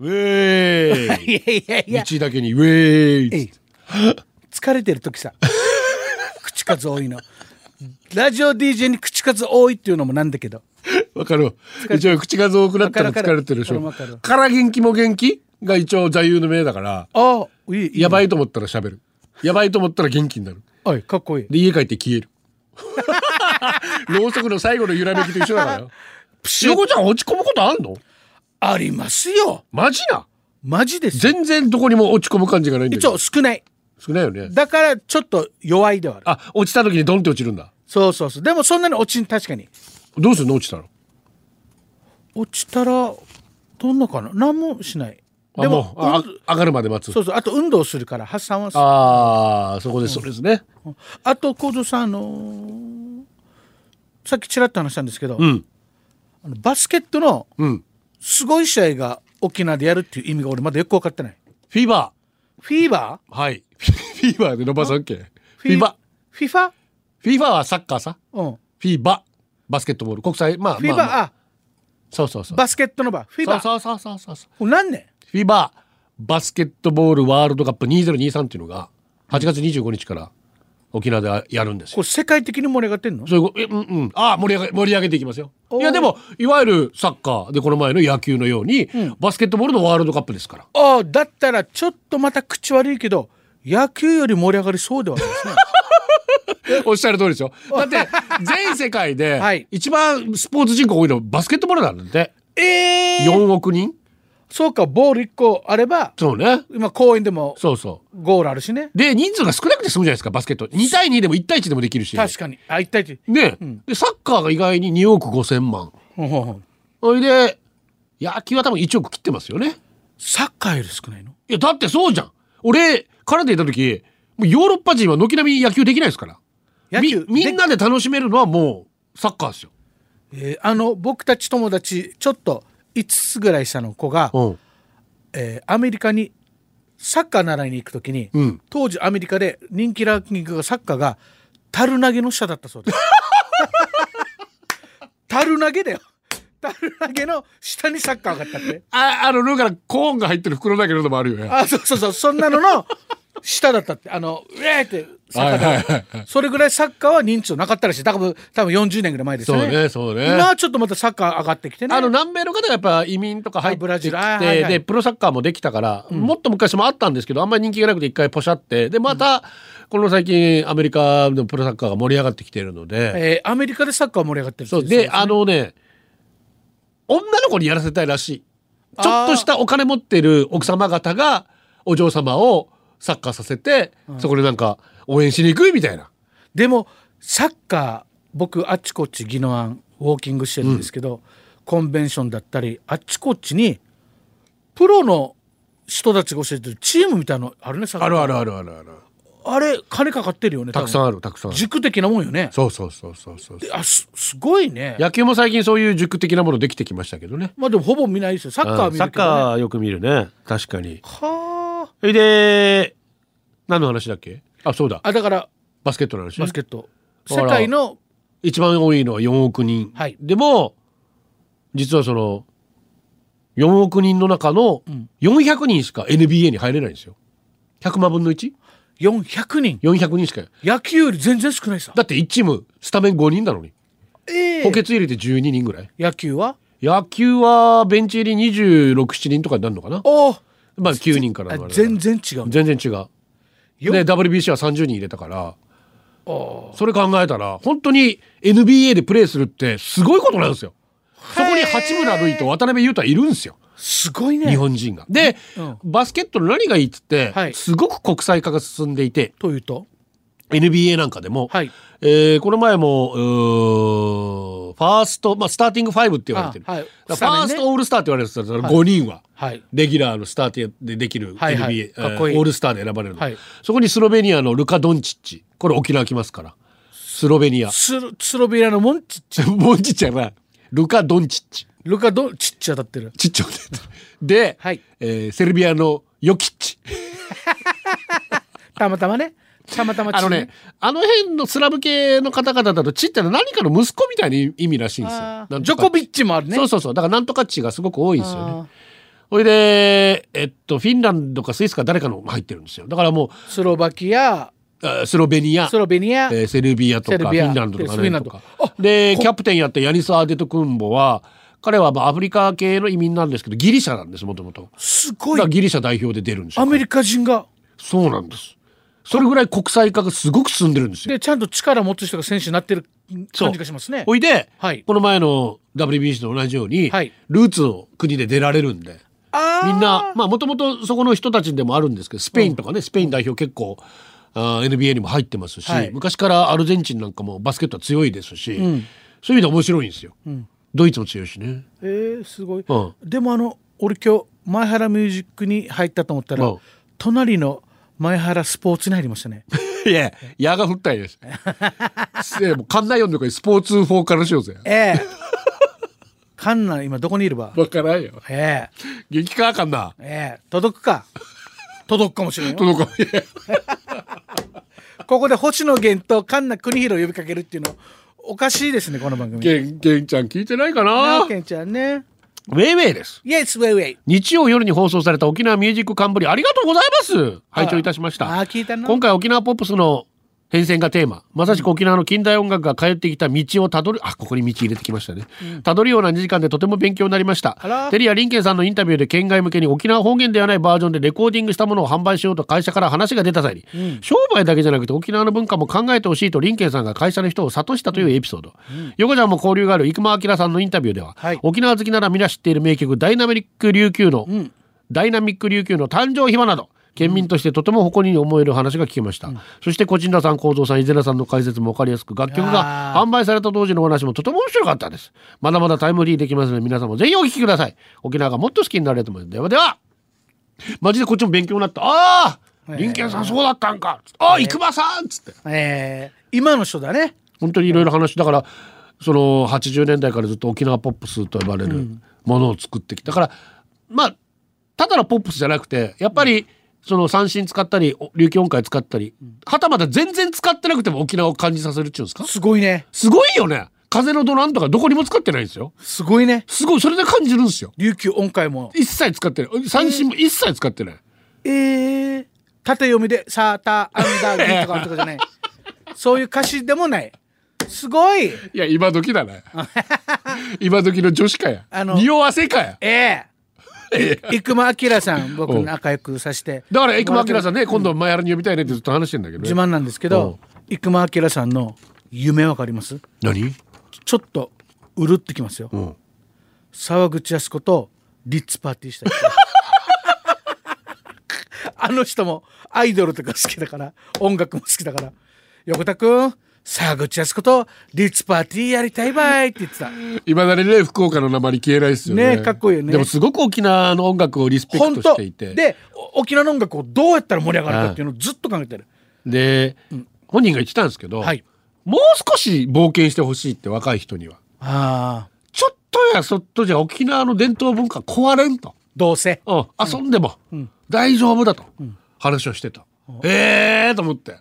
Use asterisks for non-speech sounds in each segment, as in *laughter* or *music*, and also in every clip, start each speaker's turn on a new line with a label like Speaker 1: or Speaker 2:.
Speaker 1: ウェーイ
Speaker 2: いやい *laughs* やいや
Speaker 1: 道だけにウェー
Speaker 2: え
Speaker 1: イ
Speaker 2: い疲れてる時さ *laughs* 口数多いのラジオ DJ に口数多いっていうのもなんだけど
Speaker 1: わかる一応口数多くなったら疲れてるでし
Speaker 2: わかるわか
Speaker 1: ょ
Speaker 2: る
Speaker 1: から元気も元気が一応座右の銘だから
Speaker 2: ああいいいい
Speaker 1: やばいと思ったら喋るやばいと思ったら元気になる
Speaker 2: おいかっこいい
Speaker 1: で家帰って消
Speaker 2: *laughs*
Speaker 1: えるろうそくの最後の揺らめきと一緒だからよ
Speaker 2: ュッ
Speaker 1: ヨコちゃん落ち込むことあるの
Speaker 2: ありますよ
Speaker 1: マジな
Speaker 2: マジですよ
Speaker 1: 全然どこにも落ち込む感じがないんだけ
Speaker 2: 一応
Speaker 1: ど
Speaker 2: 少ない
Speaker 1: 少ないよね
Speaker 2: だからちょっと弱いではある
Speaker 1: あ落ちた時にドンって落ちるんだ
Speaker 2: そうそうそうでもそんなに落ちん確かに
Speaker 1: どうするの落ちたの
Speaker 2: 落ちたらどんなかな何もしない
Speaker 1: で
Speaker 2: で
Speaker 1: も
Speaker 2: も
Speaker 1: うああ上がるまで待つ
Speaker 2: そうそうあと運動するから発散はする
Speaker 1: ああそこですそうですね
Speaker 2: あと幸三さんあのーさっきちらっと話したんですけど、
Speaker 1: ん
Speaker 2: あのバスケットの
Speaker 1: うん
Speaker 2: すごい試合が沖縄でやるっていう意味が俺まだよく分かってない
Speaker 1: フィーバ
Speaker 2: フィーバ
Speaker 1: ーはいフィーバーで伸ばすわけ
Speaker 2: ー
Speaker 1: フィーバー
Speaker 2: フィファ
Speaker 1: フィーバーはサッカーさ
Speaker 2: うん
Speaker 1: フィーバーバスケットボール国際まあ
Speaker 2: フィー
Speaker 1: ま
Speaker 2: バ
Speaker 1: あ
Speaker 2: ー、
Speaker 1: まあ
Speaker 2: あ
Speaker 1: そうそうそう
Speaker 2: バスケットのバーフィーバー
Speaker 1: そうそうそうそうそう
Speaker 2: これ何年
Speaker 1: フィーバーバスケットボールワールドカップ2023っていうのが8月25日から沖縄でやるんですよ
Speaker 2: これ世界的に盛り上がってんの
Speaker 1: そういうことえうんうんああ盛り上げ盛り上げていきますよ
Speaker 2: おー
Speaker 1: いやでもいわゆるサッカーでこの前の野球のように、バスケットボールのワールドカップですから
Speaker 2: ああだったらちょっとまた口悪いけど野球より盛り上がりそうではないですね
Speaker 1: おっしゃる通りですよだって
Speaker 2: *laughs*
Speaker 1: 全世界
Speaker 2: はい
Speaker 1: で一番スポーツ人口多いのはバスケットボールなんで
Speaker 2: *laughs* ええ
Speaker 1: 4億人
Speaker 2: そうかボール1個あれば
Speaker 1: そうね
Speaker 2: 今公園でも
Speaker 1: そうそ
Speaker 2: ゴールあるしね
Speaker 1: うで人数が少なくて済むじゃないですかバスケット2対2でも1対1でもできるし
Speaker 2: 確かにあ一対一
Speaker 1: ね、でサッカーが意外に2億5千万
Speaker 2: ほんほんほん
Speaker 1: それで野球は多分1億切ってますよね
Speaker 2: サッカーより少ないの
Speaker 1: いやだってそうじゃん俺カナダ行った時もうヨーロッパ人は軒並み野球できないですから
Speaker 2: 野球
Speaker 1: みみんなで楽しめるのはもうサッカーですよ、
Speaker 2: えーあの僕たち友達ちょっと5つぐらい下の子が、
Speaker 1: うん、
Speaker 2: えーアメリカにサッカー習いに行くときに、
Speaker 1: ん
Speaker 2: 当時アメリカで人気ランキングがサッカーが樽投げの下だったそ
Speaker 1: *laughs*
Speaker 2: うです樽投げだよ樽投げの下にサッカー上がったって
Speaker 1: ああのだからコーンが入ってる袋だけののもあるよね
Speaker 2: あそうそうそうそんなのの下だったってあのうえーってサッカー
Speaker 1: はいはいは
Speaker 2: がそれぐらいサッカーは認知度なかったらしい多分多分40年ぐらい前です
Speaker 1: そ
Speaker 2: よ
Speaker 1: う
Speaker 2: ね
Speaker 1: ねそうね
Speaker 2: 今はちょっとまたサッカー上がってきてね
Speaker 1: あの南米の方がやっぱ移民とか入って
Speaker 2: あブラジ
Speaker 1: き
Speaker 2: ルあーはい
Speaker 1: て
Speaker 2: はい
Speaker 1: でプロサッカーもできたから、もっと昔もあったんですけどあんまり人気がなくて一回ポシャってでまた、この最近アメリカのプロサッカーが盛り上がってきているので、
Speaker 2: えーアメリカでサッカー盛り上がってるって
Speaker 1: そうであのね女の子にやらせたいらしい
Speaker 2: あー
Speaker 1: ちょっとしたお金持ってる奥様方がお嬢様をサッカーさせて、そこでなんか応援しに行くみたいな
Speaker 2: でもサッカー僕あっちこっち宜野湾ウォーキングしてるんですけど、コンベンションだったりあっちこっちにプロの人たちが教えてるチームみたいなのあるねサッカー
Speaker 1: あるあるあるあるある
Speaker 2: あれ金かかってるよね
Speaker 1: たくさん
Speaker 2: ん
Speaker 1: あるたくさんある
Speaker 2: 塾的なもんよね
Speaker 1: そうそうそうそうそう
Speaker 2: あすすごいね
Speaker 1: 野球も最近そういう塾的なものできてきましたけどね
Speaker 2: まあでもほぼ見ないですよサッカーは見
Speaker 1: サッ
Speaker 2: るけど、ね、
Speaker 1: カーよく見るね確かに
Speaker 2: はあ
Speaker 1: それで何の話だっけあそうだ
Speaker 2: あだから
Speaker 1: バスケットの話
Speaker 2: バスケット
Speaker 1: あ
Speaker 2: 世
Speaker 1: ら
Speaker 2: 界の
Speaker 1: 一番多いのは4億人、
Speaker 2: はい
Speaker 1: でも実はその4億人の中の
Speaker 2: ん
Speaker 1: 400人しか NBA に入れないんですよ100万分の 1?400
Speaker 2: 400人
Speaker 1: 人しか
Speaker 2: 野球より全然少ないさ
Speaker 1: だって1チームスタメン5人なのに
Speaker 2: ええ
Speaker 1: 補欠入れて12人ぐらい
Speaker 2: 野球は
Speaker 1: 野球はベンチ入り267人とかになるのかな
Speaker 2: おお
Speaker 1: まあ9人からのあれだから
Speaker 2: 全然違う
Speaker 1: 全然違う
Speaker 2: よ
Speaker 1: ね WBC は30人入れたから
Speaker 2: お
Speaker 1: それ考えたら本当に NBA でプレーするってすごいことなんですよそこに八村塁と渡辺裕太いるんですよ
Speaker 2: すごいね
Speaker 1: 日本人が。で、
Speaker 2: うん
Speaker 1: バスケットの何がいいっつって、
Speaker 2: はい
Speaker 1: すごく国際化が進んでいて
Speaker 2: というと
Speaker 1: NBA なんかでも、
Speaker 2: はい
Speaker 1: えーこの前もうーファースト、まあ、スターティングファイブって言われてる、
Speaker 2: あはい
Speaker 1: だからファー
Speaker 2: スタメンね
Speaker 1: ストオールスターって言われてたら5人は。
Speaker 2: はい
Speaker 1: レギュラーのスターティングでできる NBA、
Speaker 2: はいはい
Speaker 1: えー
Speaker 2: かっこいい
Speaker 1: オールスターで選ばれるの、
Speaker 2: はい
Speaker 1: そこにスロベニアのルカ・ドンチッチこれ沖縄来ますからスロベニア *laughs*
Speaker 2: スロスロベリアのモンチッチ
Speaker 1: モンチッチやなルカ・ドンチッチ
Speaker 2: ルカドンチッチ当たってる
Speaker 1: ちっちゃくて。で、
Speaker 2: はい
Speaker 1: えーセルビアのヨキッチ。
Speaker 2: たまたまねたまたまチ
Speaker 1: あのね、あの辺のスラブ系の方々だと、チってのは何かの息子みたいな意味らしいんですよ。
Speaker 2: あ
Speaker 1: な
Speaker 2: ー
Speaker 1: ん
Speaker 2: ジ
Speaker 1: と
Speaker 2: ョ
Speaker 1: か
Speaker 2: コビッチもあるね
Speaker 1: そうそうそう。だからなんとかチがすごく多いですよね。
Speaker 2: あ
Speaker 1: ほいで、えっと、フィンランドかスイスか誰かの入ってるんですよ。だからも
Speaker 2: スロバキア
Speaker 1: う、あスロベニア
Speaker 2: ス、ロベニア、
Speaker 1: えーセルビアとか
Speaker 2: セ
Speaker 1: フ
Speaker 2: ルビア
Speaker 1: ィンランドとか
Speaker 2: でスイ
Speaker 1: ね
Speaker 2: ナ
Speaker 1: と
Speaker 2: とか
Speaker 1: か。で、キャプテンやったヤニス・アーデト・クンボは、彼はまあアフリカ系の移民なんですけど、ギリシャなんです、もともと。
Speaker 2: す
Speaker 1: だ
Speaker 2: ご
Speaker 1: から
Speaker 2: い
Speaker 1: ギリシャ代表で出るんですよ。
Speaker 2: アメリカ人が
Speaker 1: そうなんです。それぐらい国際化がすごく進んでるんですよ。
Speaker 2: でちゃんと力持つ人が選手になってる
Speaker 1: そう
Speaker 2: 感じがしますね。
Speaker 1: おいで、
Speaker 2: はい
Speaker 1: この前の WBC と同じように、
Speaker 2: はい
Speaker 1: ルーツの国で出られるんで。
Speaker 2: あー
Speaker 1: みんなまあもともとそこの人たちでもあるんですけどスペインとかね、スペイン代表結構あー NBA にも入ってますし、
Speaker 2: はい
Speaker 1: 昔からアルゼンチンなんかもバスケットは強いですし、
Speaker 2: ん
Speaker 1: そういう意味で面白いんですよ、ドイツも強いしね
Speaker 2: えー、すごい、
Speaker 1: うん
Speaker 2: でもあの俺今日前原ミュージックに入ったと思ったら、
Speaker 1: うん
Speaker 2: 隣の前原スポーツに入りま
Speaker 1: *laughs*
Speaker 2: したね。
Speaker 1: いや矢が降ったんです *laughs* いやもう館内読んでこれスポーツフォーカルしようぜ
Speaker 2: ええカンナ今どこにいれば。
Speaker 1: わからんよ
Speaker 2: ええ
Speaker 1: 激かかんな
Speaker 2: ええ届くか。届くかもしれんよ。
Speaker 1: 届かんいや
Speaker 2: ここで星野源とカンナ国広を呼びかけるっていうのおかしいですねこの番組。
Speaker 1: けんけんちゃん聞いてないか
Speaker 2: な
Speaker 1: な
Speaker 2: あ
Speaker 1: ウェ
Speaker 2: けんちゃんね。
Speaker 1: イウェイです
Speaker 2: イエスウェイウェイ。
Speaker 1: 日曜夜に放送された沖縄ミュージックカンブリありがとうございます拝聴いたしました
Speaker 2: あー聞いたな。
Speaker 1: 今回沖縄ポップスの変遷がテーマまさしく沖縄の近代音楽が通ってきた道をたどるあここに道入れてきましたねたどるような2時間でとても勉強になりました
Speaker 2: あら
Speaker 1: テリア・リンケンさんのインタビューで県外向けに沖縄方言ではないバージョンでレコーディングしたものを販売しようと会社から話が出た際に、商売だけじゃなくて沖縄の文化も考えてほしいとリンケンさんが会社の人を諭したというエピソード、横ちゃんも交流がある生間明さんのインタビューでは、
Speaker 2: はい
Speaker 1: 沖縄好きなら皆知っている名曲「ダイナミック琉球の」ダイナミック琉球の誕生秘話など県民としてとても誇りに思える話が聞けました、そして小陣田さん幸三さん伊勢田さんの解説も分かりやすく楽曲が
Speaker 2: いやー
Speaker 1: 販売された当時のお話もとても面白かったですまだまだタイムリーできますので皆さんもぜひお聞きください沖縄がもっと好きになれると思いますではではマジでこっちも勉強になったああ林健さんそうだったんかああ生間さんっつって
Speaker 2: ええ今の人だね。
Speaker 1: 本当にいろいろ話だからその80年代からずっと沖縄ポップスと呼ばれるものを作ってきただからまあただのポップスじゃなくてやっぱりその三振使ったりお琉球音階使ったりはたまた全然使ってなくても沖縄を感じさせるっていうんですか
Speaker 2: すごいね。
Speaker 1: すごいよね風のドランとかどこにも使ってないんですよ
Speaker 2: すごいね。
Speaker 1: すごいそれで感じるんですよ
Speaker 2: 琉球音階も。
Speaker 1: 一切使ってない三振も一切使ってない、
Speaker 2: えー、縦読みで「サーターアンダーギー」とかあるとかじゃない
Speaker 1: *laughs*
Speaker 2: そういう歌詞でもないすごい
Speaker 1: いや今時だ
Speaker 2: *laughs*
Speaker 1: ね今時の女子かや
Speaker 2: あの
Speaker 1: 匂わせかや *laughs*
Speaker 2: ええ生間明さん僕仲良くさせて
Speaker 1: だから生間明さん
Speaker 2: ね
Speaker 1: ね今度前原に呼びたいねってずっと話してんだけどね、
Speaker 2: 自慢なんですけど生間明さんの夢わかります
Speaker 1: 何
Speaker 2: ちょっとうるってきますよ、
Speaker 1: ん
Speaker 2: 沢口靖子とリッツパーティーしたり
Speaker 1: *laughs*
Speaker 2: あの人もアイドルとか好きだから音楽も好きだから横田君沢口靖子とリッツパーティーやりたいばいって言ってた
Speaker 1: いまだにね福岡の名前消えないですよね
Speaker 2: ねかっこいいよね
Speaker 1: でもすごく沖縄の音楽をリスペク
Speaker 2: 本
Speaker 1: トし
Speaker 2: 当
Speaker 1: ていて
Speaker 2: でお沖縄の音楽をどうやったら盛り上がるかっていうのをずっと考えてる、
Speaker 1: で本人が言ってたんですけど、
Speaker 2: はい
Speaker 1: もう少し冒険してほしいって若い人には
Speaker 2: ああ
Speaker 1: ちょっとやそっとじゃ沖縄の伝統文化壊れんと、
Speaker 2: どうせ
Speaker 1: うん、遊んでも大丈夫だと話をしてた、ええー、と思って、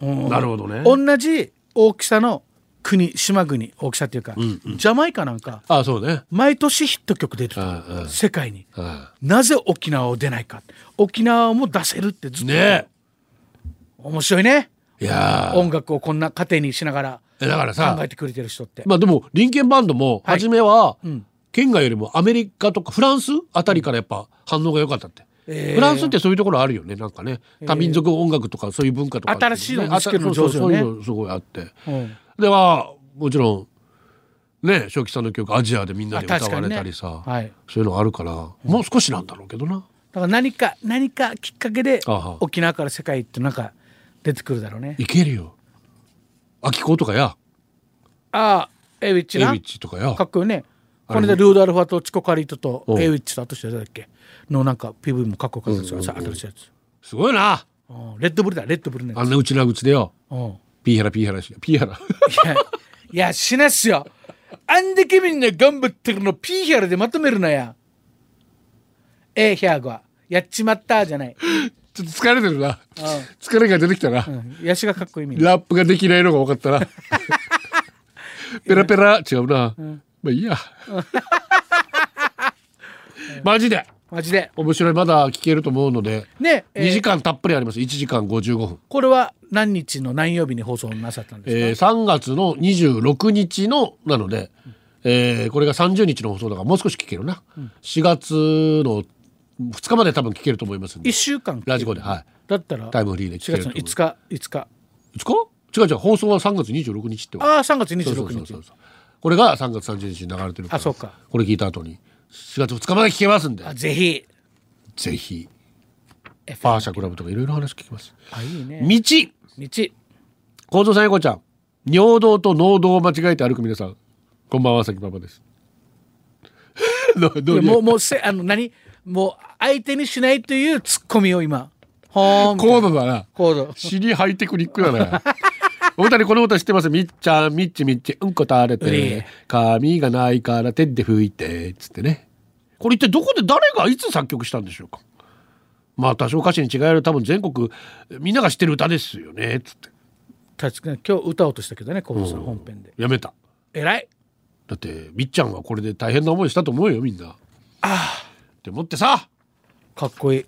Speaker 1: なるほどね
Speaker 2: 同じ大きさの国島国大きさっていうか、ジャマイカなんか
Speaker 1: あそうね
Speaker 2: 毎年ヒット曲出てた、
Speaker 1: うんうん
Speaker 2: 世界に
Speaker 1: うん
Speaker 2: なぜ沖縄を出ないか沖縄も出せるってずっと、
Speaker 1: ね
Speaker 2: 面白いね
Speaker 1: いやー
Speaker 2: 音楽をこんな糧にしなが
Speaker 1: えだから
Speaker 2: ら
Speaker 1: さ
Speaker 2: 考えてくれてる人って、
Speaker 1: まあでも林ンバンドも
Speaker 2: はい
Speaker 1: 初めは
Speaker 2: ん
Speaker 1: 県外よりもアメリカとかフランスあたりからやっぱ反応が良かったって、
Speaker 2: えー
Speaker 1: フランスってそういうところあるよねなんかね多民族音楽とかそういう文化とか、
Speaker 2: 新しいの
Speaker 1: あ
Speaker 2: 見つけるの上手
Speaker 1: そ
Speaker 2: よね
Speaker 1: うそうそういうのすごいあって
Speaker 2: うん
Speaker 1: ではもちろんね正吉さんの曲アジアでみんなで
Speaker 2: あ
Speaker 1: 歌
Speaker 2: 確か
Speaker 1: わ
Speaker 2: に
Speaker 1: れ
Speaker 2: ね
Speaker 1: たりさ、
Speaker 2: はい
Speaker 1: そういうのあるからもう少しなんだろうけどな
Speaker 2: だから何か何かきっかけで
Speaker 1: あは
Speaker 2: 沖縄から世界ってなんか出てくるだろうね
Speaker 1: いけるよ秋子とかや
Speaker 2: ああエイウィッチ
Speaker 1: エビ
Speaker 2: な
Speaker 1: ッチとかや
Speaker 2: かっこいいねこれでルードアルファとチコカリートと
Speaker 1: うん
Speaker 2: エイウィッチとあとして誰だっけのなんか PV もかっこよかったですよさ新しいやつ
Speaker 1: すごいな
Speaker 2: うんレッドブルだレッドブルね
Speaker 1: あんなうちな口でよ
Speaker 2: うん
Speaker 1: ピーハラピーハラしピーハラ *laughs*
Speaker 2: いや、いやしなっすよ。あんだけみんな頑張ってるのピーヒャルでまとめるなや。ええヒャーゴは。やっちまったじゃない。
Speaker 1: ちょっと疲れてるな疲れが出てきたな、
Speaker 2: うん。ヤシがかっこいいみんな。
Speaker 1: ラップができないのが分か
Speaker 2: *laughs*
Speaker 1: ったな。ペラペ
Speaker 2: *laughs*
Speaker 1: ラ違うな。まあいいや。マジで
Speaker 2: マジで
Speaker 1: 面白いまだ聞けると思うので、
Speaker 2: ね、えー
Speaker 1: 2時間たっぷりあります1時間55分、
Speaker 2: これは何日の何曜日に放送なさったんですか、
Speaker 1: えー、3月の26日のなので、えーこれが30日の放送だからもう少し聞けるな、4月の2日まで多分聞けると思いますん
Speaker 2: 一
Speaker 1: で
Speaker 2: 1週間
Speaker 1: ラジコではい
Speaker 2: だったら
Speaker 1: タイ
Speaker 2: 4
Speaker 1: ムフリーで聞ける
Speaker 2: 月
Speaker 1: と思
Speaker 2: の
Speaker 1: いま
Speaker 2: 5
Speaker 1: す
Speaker 2: 日5日
Speaker 1: 5日違う違う放送は3月26日って
Speaker 2: ああ3月26日
Speaker 1: そうそうそうそうこれが3月30日に流れてるから
Speaker 2: あそうか
Speaker 1: これ聞いた後に4月2日まで聞けますんで
Speaker 2: あぜひ
Speaker 1: ぜひ
Speaker 2: FM
Speaker 1: パーシャクラブとかいろいろ話聞きます
Speaker 2: あいいね
Speaker 1: 道
Speaker 2: 道
Speaker 1: 構造さんやこちゃん尿道と農道を間違えて歩く皆さんこんばんはさきパパです *laughs* どうどう
Speaker 2: いやもうもうせあの何もう相手にしないというツッコミを今ほーん
Speaker 1: 高度だな
Speaker 2: コード
Speaker 1: 死にハイテクニックだな *laughs* 大谷この歌知ってますみっちゃんみっちみっちうんこ垂れ
Speaker 2: う
Speaker 1: て
Speaker 2: れ
Speaker 1: 髪がないから手で拭いてつってねこれ一体どこで誰がいつ作曲したんでしょうかまあ多少歌詞に違える多分全国みんなが知ってる歌ですよねつって
Speaker 2: 確かに今日歌おうとしたけどねコードさん本編で
Speaker 1: やめた
Speaker 2: 偉い
Speaker 1: だってみっちゃんはこれで大変な思いしたと思うよみんなあって思ってさ
Speaker 2: かっこい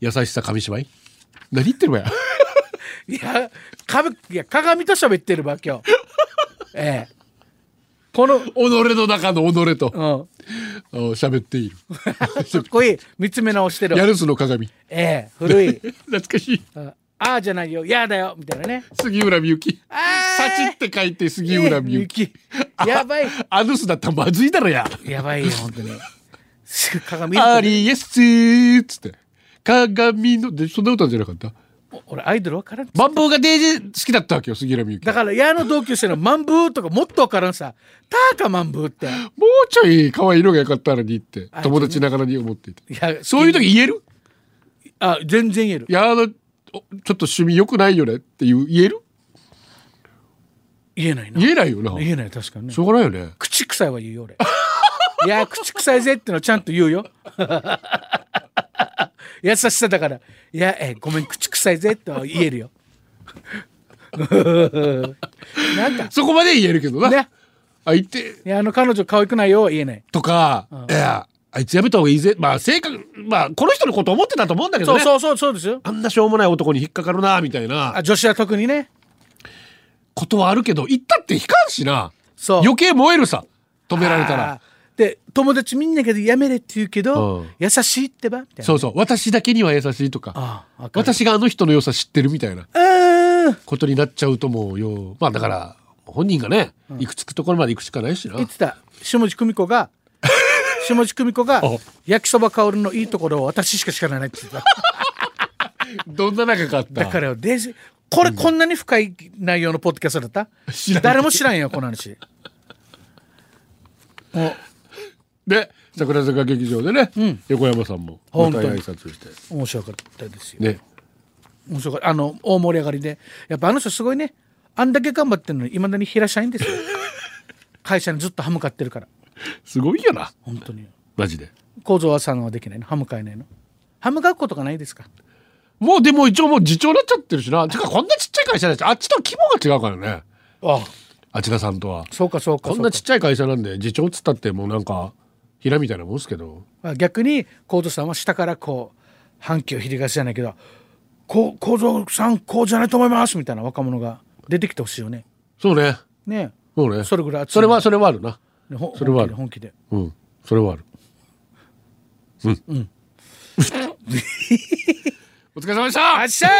Speaker 1: 優しさ紙芝居何言ってるわよ
Speaker 2: いいやかぶいや鏡と喋ってるわ *laughs* 今日ええこの
Speaker 1: 己の中の己と
Speaker 2: *laughs* うん
Speaker 1: あ喋っている
Speaker 2: かっこいい見つめ直してる
Speaker 1: ヤルスの鏡
Speaker 2: ええ古い
Speaker 1: 懐かしい
Speaker 2: ああーじゃないよやだよみたいなね
Speaker 1: 杉浦みゆき
Speaker 2: あ
Speaker 1: サチって書いて杉浦みゆき
Speaker 2: きやばい
Speaker 1: アヌスだったらまずいだろや
Speaker 2: やばいよ本当にすぐ鏡見ると
Speaker 1: アリエスっつって鏡のでそんな歌じゃなかった
Speaker 2: お俺アイドルわからん
Speaker 1: マンボウがデージ好きだったわけよ杉浦みゆき
Speaker 2: だ
Speaker 1: も
Speaker 2: から矢の同級生のマンブーとかもっとわからんさターカマンブーって
Speaker 1: うちょい可愛い色が良かったのにって
Speaker 2: あ
Speaker 1: 友達ながらに思っていて
Speaker 2: いや
Speaker 1: そういう
Speaker 2: 時
Speaker 1: 時言える
Speaker 2: あ全然言える
Speaker 1: いやあのおちょっと趣味良くないよねっていう言える
Speaker 2: 言えないな
Speaker 1: 言えないよな
Speaker 2: 言えない確かにね
Speaker 1: しょうがないよね
Speaker 2: 口臭いは言うよ俺いや口臭いぜってのはちゃんと言うよ *laughs* 優しさだからいやえごめん口臭いぜっては言えるよ *laughs* なんか
Speaker 1: そこまで言えるけどな、
Speaker 2: ね
Speaker 1: 相手
Speaker 2: いやあの彼女可愛くないよは言えない
Speaker 1: とか、いやあいつやめた方がいいぜまあ性格まあこの人のこと思ってたと思うんだけど
Speaker 2: そう
Speaker 1: ね
Speaker 2: そうそうそうですよ
Speaker 1: あんなしょうもない男に引っかかるなみたいな
Speaker 2: あ女子は特にね
Speaker 1: ことはあるけど言ったって引かんしな
Speaker 2: そう
Speaker 1: 余計燃えるさ止められた
Speaker 2: あー
Speaker 1: ら
Speaker 2: で友達みんなけどやめれって言うけど、
Speaker 1: うん
Speaker 2: 優しいってばみたいな
Speaker 1: そうそう私だけには優しいとか
Speaker 2: ああ私
Speaker 1: 私があの人の良さ知ってるみたいな
Speaker 2: うん
Speaker 1: ことになっちゃうともうよまあだから本人がね行くつくところまで行くしかないしな
Speaker 2: 言ってた下地久美子が
Speaker 1: *laughs*
Speaker 2: 下地久美子が
Speaker 1: お
Speaker 2: 焼きそば薫のいいところを私しか知らないって言ってた
Speaker 1: どんな仲があっ
Speaker 2: だか
Speaker 1: た
Speaker 2: らデジこれこんなに深い内容のポッドキャストだった
Speaker 1: 知らん
Speaker 2: 誰も知らんよこの話もう
Speaker 1: で桜坂劇場でね横山さんもま
Speaker 2: 本
Speaker 1: た
Speaker 2: 当に
Speaker 1: 挨拶して
Speaker 2: 面白かったですよ、
Speaker 1: ね
Speaker 2: 面白かったあの大盛り上がりでやっぱあの人すごいねあんだけ頑張ってるのにいまだに平社員で
Speaker 1: *laughs*
Speaker 2: すよ会社にずっと歯向かってるから
Speaker 1: すごいよな
Speaker 2: 本当に
Speaker 1: マジで
Speaker 2: 構造さんはできないの歯向かえないの歯向かうことがないですか
Speaker 1: もうでも一応もう次長になっちゃってるしなてかこんなちっちゃい会社だしあっちとは規模が違うからね
Speaker 2: ああ
Speaker 1: あちらさんとは
Speaker 2: そうかそう
Speaker 1: こ
Speaker 2: か
Speaker 1: ん
Speaker 2: そう
Speaker 1: な
Speaker 2: か
Speaker 1: ちっちゃい会社なんで次長っつったってもうなんか平みたいなもんですけど
Speaker 2: まあ逆に構造さんは下からこう反旗をひりがしじゃないけど「こう構造さんこうじゃないと思います」みたいな若者が出てきてほしいよね
Speaker 1: そうね
Speaker 2: ね
Speaker 1: そうね
Speaker 2: それぐらい熱い
Speaker 1: それはそれはあるな
Speaker 2: ねほ
Speaker 1: それはある
Speaker 2: 本気で
Speaker 1: うんそれはある
Speaker 2: *laughs*
Speaker 1: うん、うん、お疲れ様でした
Speaker 2: 本気であっしゃ